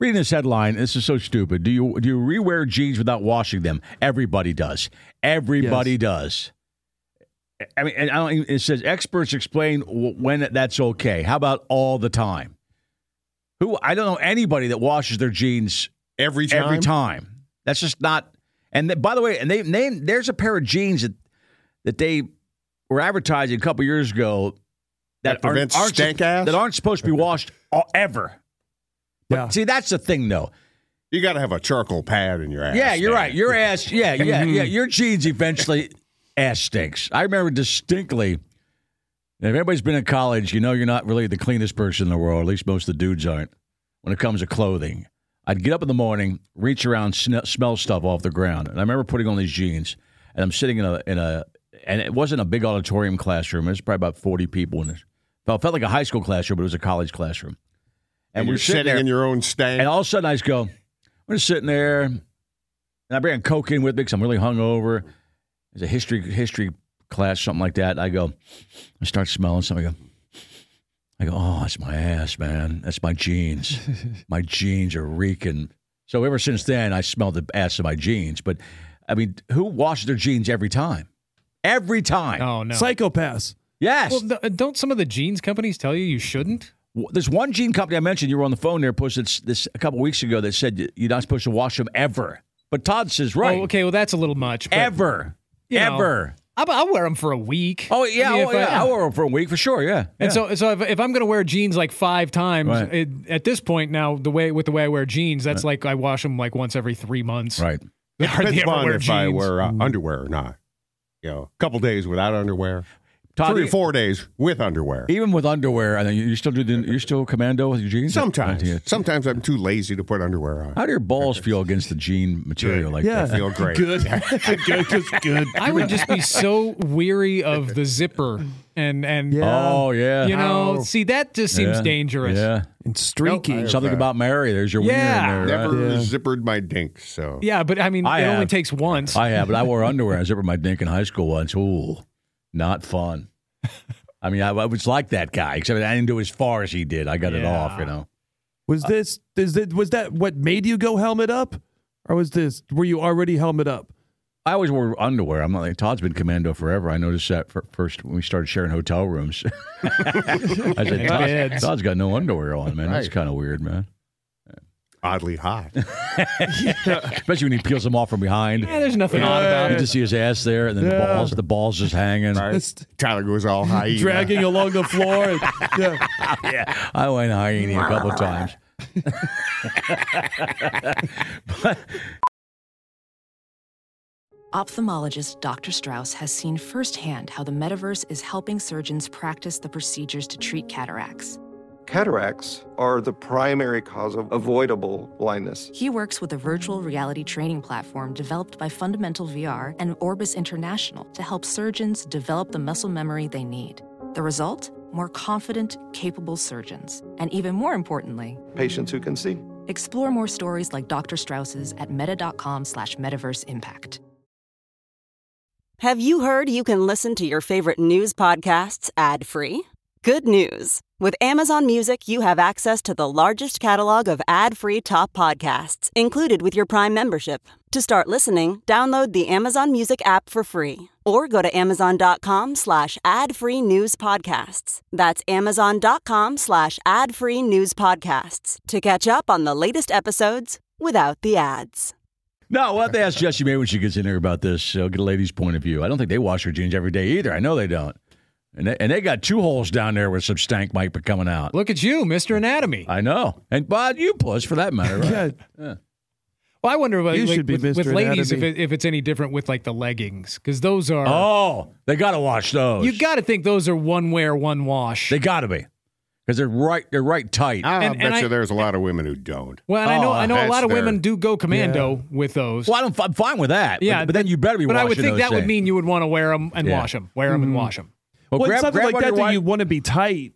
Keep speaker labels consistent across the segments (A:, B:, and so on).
A: Reading this headline, this is so stupid. Do you do you rewear jeans without washing them? Everybody does. Everybody
B: Yes.
A: does. I mean, and I don't, even- it says experts explain w- when that's okay. How about all the time? Who I don't know anybody that washes their jeans
C: Every time.
A: every time. That's just not. And th- by the way, and they name there's a pair of jeans that that they were advertising a couple years ago
C: That
A: aren't-
C: prevents
A: aren't,
C: stank ass?
A: that aren't supposed to be washed all, ever. But
C: Uh.
B: Yeah.
A: see, that's the thing, though.
C: You got to have a charcoal pad in your ass. Mm-hmm.
A: yeah, you're
C: Dan.
A: right. Your ass. Yeah, yeah, yeah. Your jeans eventually ass stinks. I remember distinctly. If anybody's been in college, you know you're not really the cleanest person in the world. At least most of the dudes aren't. When it comes to clothing, I'd get up in the morning, reach around, sn- smell stuff off the ground, and I remember putting on these jeans. And I'm sitting in a in a and it wasn't a big auditorium classroom. It was probably about 40 people in it. Felt felt like a high school classroom, but it was a college classroom.
C: And, you're sitting
A: there-
C: in your own stank.
A: and all of a sudden, I just go, we're just sitting there, and I bring a Coke in with me because I'm really hungover. There's a history history class, something like that. I go, I start smelling something. I go, I go, oh, that's my ass, man. That's my jeans. my jeans are reeking. So ever since then, I smell the ass of my jeans. But I mean, who washes their jeans every time? Every time.
D: Oh no.
B: Psychopaths.
A: Yes.
D: well, th- don't some of the jeans companies tell you you shouldn't? Oh,
A: W- There's one jean company I mentioned. You were on the phone there, Puss. It's this a couple weeks ago that said y- you're not supposed to wash them ever. But Todd says right.
D: Oh, okay. Well, that's a little much. But
A: Ever.
D: you know,
A: ever.
D: I'll, I'll wear them for a week.
A: Oh yeah.
D: I mean,
A: oh,
D: if I-
A: yeah. I, wore 'em for a week for sure. Yeah. yeah.
D: And so, so if, if I'm going to wear jeans like five times
A: Right.
D: it, at this point now, the way with the way I wear jeans, that's like I wash them like once every three months.
A: right.
D: I hardly
C: Depends
D: ever
C: on
D: wear
C: if I
D: jeans.
C: wear uh, underwear or not. You know, a couple days without underwear,
A: Todd,
C: three or
A: e-
C: four days with underwear.
A: Even with underwear, I think you you still do. The, you're still commando with your jeans.
C: Sometimes,
A: How do, you-
C: sometimes I'm too lazy to put underwear on.
A: how do your balls feel against the jean material like
B: Yeah.
A: that?
C: I feel great.
B: Good. good. Just good.
D: I would just be so weary of the zipper and and
B: Yeah.
A: Oh yeah.
D: you know,
B: Ow.
D: see that just seems
A: Yeah.
D: dangerous.
A: Yeah.
B: And streaky.
C: Nope,
A: Something about Mary. There's your
D: Yeah.
A: wiener in there. right?
C: Never
B: Yeah.
C: zippered my dink, so
D: Yeah, but I mean,
A: I
D: it only
A: have.
D: takes once.
A: I have, but I wore underwear. I zippered my dink in high school once. Ooh, not fun. I mean, I, I was like that guy, except I didn't do as far as he did. I got it off, you know.
B: was this? Is that? Was that what made you go helmet up, or was this? Were you already helmet up?
A: I always wore underwear. I'm not like Todd's been commando forever. I noticed that fir- first when we started sharing hotel rooms. I said, Todd,
D: Beds.
A: Todd's got no underwear on, man. That's
C: Right.
A: kind of weird, man.
C: oddly hot.
A: Especially when he peels them off from behind.
D: yeah, there's nothing odd about
A: You
D: it.
A: just see his ass there, and then the
B: Yeah.
A: balls, the balls just hanging.
B: It's
C: Tyler goes all high.
B: dragging along the floor. and- yeah.
A: I went hyena a couple times.
E: Ophthalmologist Dr. Strauss has seen firsthand how the metaverse is helping surgeons practice the procedures to treat cataracts.
F: Cataracts are the primary cause of avoidable blindness.
E: He works with a virtual reality training platform developed by Fundamental VR and Orbis International to help surgeons develop the muscle memory they need. The result? More confident, capable surgeons. And even more importantly,
F: Patients who can see.
E: explore more stories like Dr. Strauss's at meta.com slash metaverse impact.
G: Have you heard you can listen to your favorite news podcasts ad free? Good news! With Amazon Music, you have access to the largest catalog of ad free top podcasts included with your Prime membership. To start listening, download the Amazon Music app for free or go to amazon.com slash ad free news podcasts. That's amazon.com slash ad free news podcasts to catch up on the latest episodes without the ads.
A: No, we'll have to ask Jesse May when she gets in here about this. So get a lady's point of view. I don't think they wash their jeans every day either. I know they don't. And they, and they got two holes down there where some stank might be coming out.
D: Look at you, Mr. Anatomy.
A: I know. And Bob, you puss for that matter. Right?
B: Yeah.
D: Well, I wonder about
B: You
D: like,
B: should be
D: with, with
B: Mr.
D: ladies if,
B: Anatomy.
D: it, if it's any different with like the leggings because those are.
A: Oh, they got to wash those.
D: You got to think those are one wear, one wash.
A: They got to be. 'Cause because they're right. They're right tight.
C: Ah, I
D: And-
C: bet
D: and
C: you
D: I-
C: there's a lot of women who don't.
D: Well, and I know
C: Oh,
D: I know a
C: that's
D: lot of
C: their-
D: women do go commando with those.
A: well, I don't, I'm fine with that. but-
D: yeah,
A: but, then you better be.
D: But I would
A: washing
D: think
A: those
D: that would
A: things.
D: mean you would want to wear them and
A: Yeah. Mm-hmm.
D: wash 'em. wash them, wear them and wash them.
A: Well,
B: Well,
A: grab,
B: something
A: grab
B: like
A: one of
B: that,
A: your
B: though, you
A: wife-
B: want to be tight.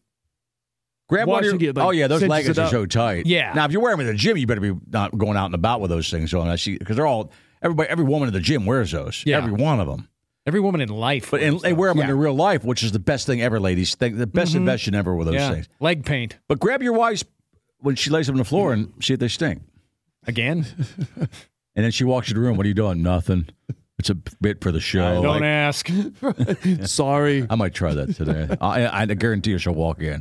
A: grab one of your,
B: washing it, like,
A: Oh yeah, those
B: cinches
A: leggings
B: it
A: are
B: up.
A: so tight.
D: Yeah.
A: Now if you're wearing them at the gym, you better be not going out and about with those things on. I see because they're all everybody. Every woman at the gym wears those.
D: Yeah.
A: Every one of them.
D: Every woman in life,
A: But
D: wears
A: and they
D: those.
A: wear them in
C: Yeah.
A: their real life, which is the best thing ever, ladies. Think the best invention ever with those
D: Mm-hmm. yeah.
A: things.
D: leg paint
A: But grab your wife's when she lays them on the floor and see if they stink.
D: again.
A: And then she walks in the room. What are you doing? Nothing. It's a bit for the show.
D: Don't e- ask.
B: Sorry.
A: I might try that today. I, I guarantee you she'll walk in.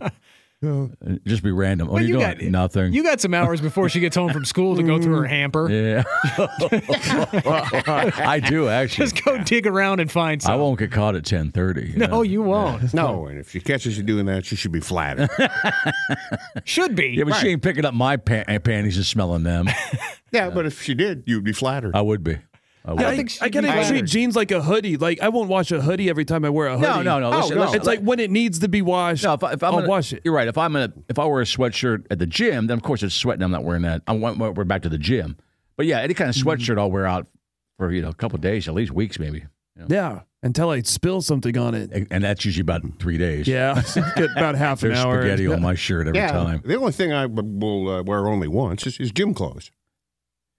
A: Just be random. What
D: But
A: are you,
D: you
A: doing?
D: got-
A: Nothing. Mm-hmm.
D: You got some hours before she gets home from school to go through her hamper.
A: yeah. I do actually.
D: Just go dig around and find
A: I
D: some.
A: won't get caught at ten thirty.
D: No, you won't.
C: No, and if she catches you doing that, she should be flattered.
D: Should be.
A: Yeah, but she ain't picking up my pan- panties and smelling them.
C: yeah, but if she did, you'd be flattered.
A: I would be. I would.
B: I,
D: think she'd
B: I
D: be
B: gotta
D: flattered.
B: treat jeans like a hoodie. Like I won't wash a hoodie every time I wear a hoodie.
A: no, no,
B: Oh,
A: listen, listen,
B: It's like when it needs to be washed.
A: No, if, I, if I'm
B: will
A: gonna,
B: wash it.
A: You're right. If I'm gonna, if I wear a sweatshirt at the gym, then of course it's sweating. I'm not wearing that. I want we're back to the gym. But yeah, any kind of sweatshirt I'll wear out for you know a couple of days, at least weeks maybe,
B: Yeah, until I spill something on it.
A: and that's usually about three days.
B: Yeah, get about half an
A: there's
B: hour.
A: spaghetti on my shirt every
C: yeah.
A: time.
C: The only thing I w- will uh, wear only once is, is gym clothes.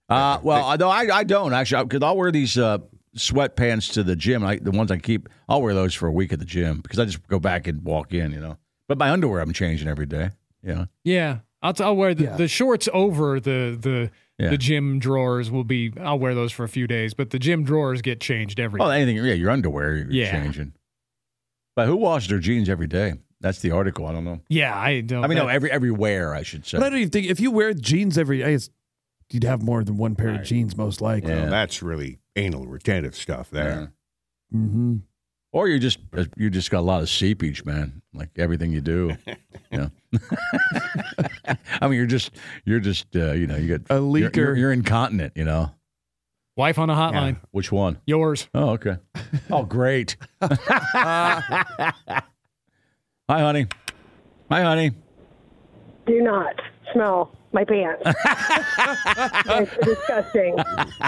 A: Uh, well, no, I, I don't actually because I'll wear these uh, sweatpants to the gym. I, the ones I keep, I'll wear those for a week at the gym because I just go back and walk in, you know. But my underwear I'm changing every day. Yeah,
D: Yeah, I'll, t- I'll wear the, the shorts over the the
A: Yeah.
D: the gym drawers. Will be I'll wear those for a few days, but the gym drawers get changed every.
A: Well, anything, yeah, your underwear you're
D: Yeah.
A: changing. But who washes their jeans every day? That's the article. I don't know.
D: yeah, I don't.
A: I mean, no,
D: that-
A: every every wear I should say.
B: But I don't even think if you wear jeans every day, it's- you'd have more than one pair of jeans most likely.
A: Yeah.
C: Well, that's really anal retentive stuff
A: Yeah.
C: there.
B: Mm-hmm.
A: Or you just uh, you just got a lot of seepage, man. Like everything you do. you know? I mean, you're just you're just uh, you know you got
B: A
A: you're- You're,
B: leaker.
A: you're incontinent, you know.
D: wife on a hotline.
A: Which one?
D: Yours.
A: Oh, okay. Oh, great. Hi, honey. Hi, honey.
H: do not smell my pants. it's disgusting.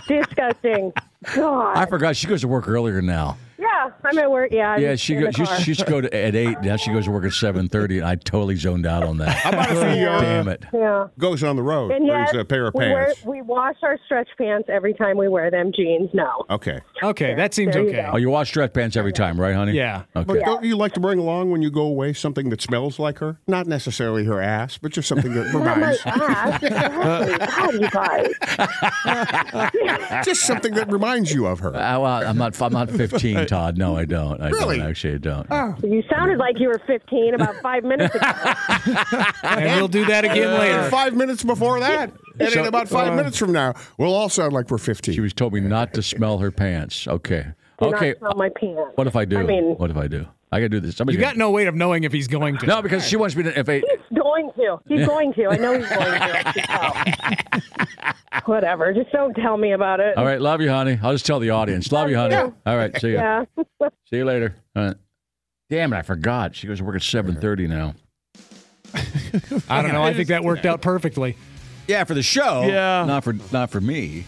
H: disgusting. God.
A: I forgot she goes to work earlier now.
H: yeah, I'm at work. Yeah. I'm
A: Yeah, she
H: in the
A: goes. She,
H: car.
A: she used to go to, at eight. Now she goes to work at seven thirty, and I totally zoned out on that.
C: How about if he uh,
A: Damn it!
H: yeah.
C: goes on the road,
H: And
C: wears
H: yes,
C: a pair of
H: we, wear,
C: pants?
H: we wash our stretch pants every time we wear them jeans. No.
C: okay.
D: Okay, that seems
H: There you
D: okay.
A: Oh, you wash stretch pants every time, right, honey?
D: Yeah.
C: But
A: Okay.
C: don't you like to bring along when you go away something that smells like her? Not necessarily her ass, but just something that
H: Not my
C: reminds
H: ass. Exactly. God, you guys.
C: just something that reminds you of her.
A: Oh, well, I'm not. I'm not 15, Todd. No, I don't. I
C: Really?
A: don't actually. I don't.
H: You sounded like you were 15 about five minutes ago. Oh,
D: and we'll do that again later.
C: Five minutes before that, and in about five minutes from now, we'll all sound like we're
A: She
C: 15.
A: was told me not to smell her pants. Okay.
H: Do
A: okay.
H: not smell my pants.
A: What if I do?
H: I mean-
A: what if I do? I gotta do this. Somebody
D: You got no way of knowing if he's going to.
A: No, because she wants me to. If I,
H: He's going to. He's going to. I know he's going to. I can tell. Whatever. Just don't tell me about it.
A: all right, love you, honey. I'll just tell the audience. Love you, honey. All right, see you.
H: Yeah.
A: See you later. All right. Damn it! I forgot. She goes to work at 7:30 now.
D: I don't know. I think that worked out perfectly.
A: Yeah, for the show.
B: Yeah.
A: Not for not for me.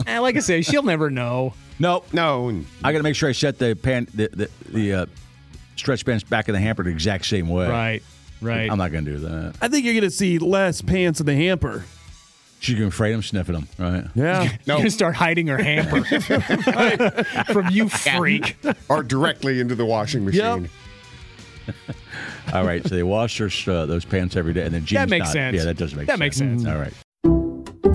D: And Eh, like I say, she'll never know.
A: Nope.
C: No,
A: I got to make sure I set the pan the the, the uh, stretch pants back in the hamper the exact same way.
D: Right. Right.
A: I'm not gonna do that.
B: I think you're gonna see less pants in the hamper.
A: She's gonna afraid I'm sniffing them. Right.
B: Yeah.
D: You're gonna start hiding her hamper from you, freak.
C: or directly into the washing machine.
B: Yep.
A: All right. So they wash their, uh, those pants every day, and then jeans.
D: That makes
A: not.
D: sense.
A: Yeah, that does make sense.
D: That makes sense.
A: All right.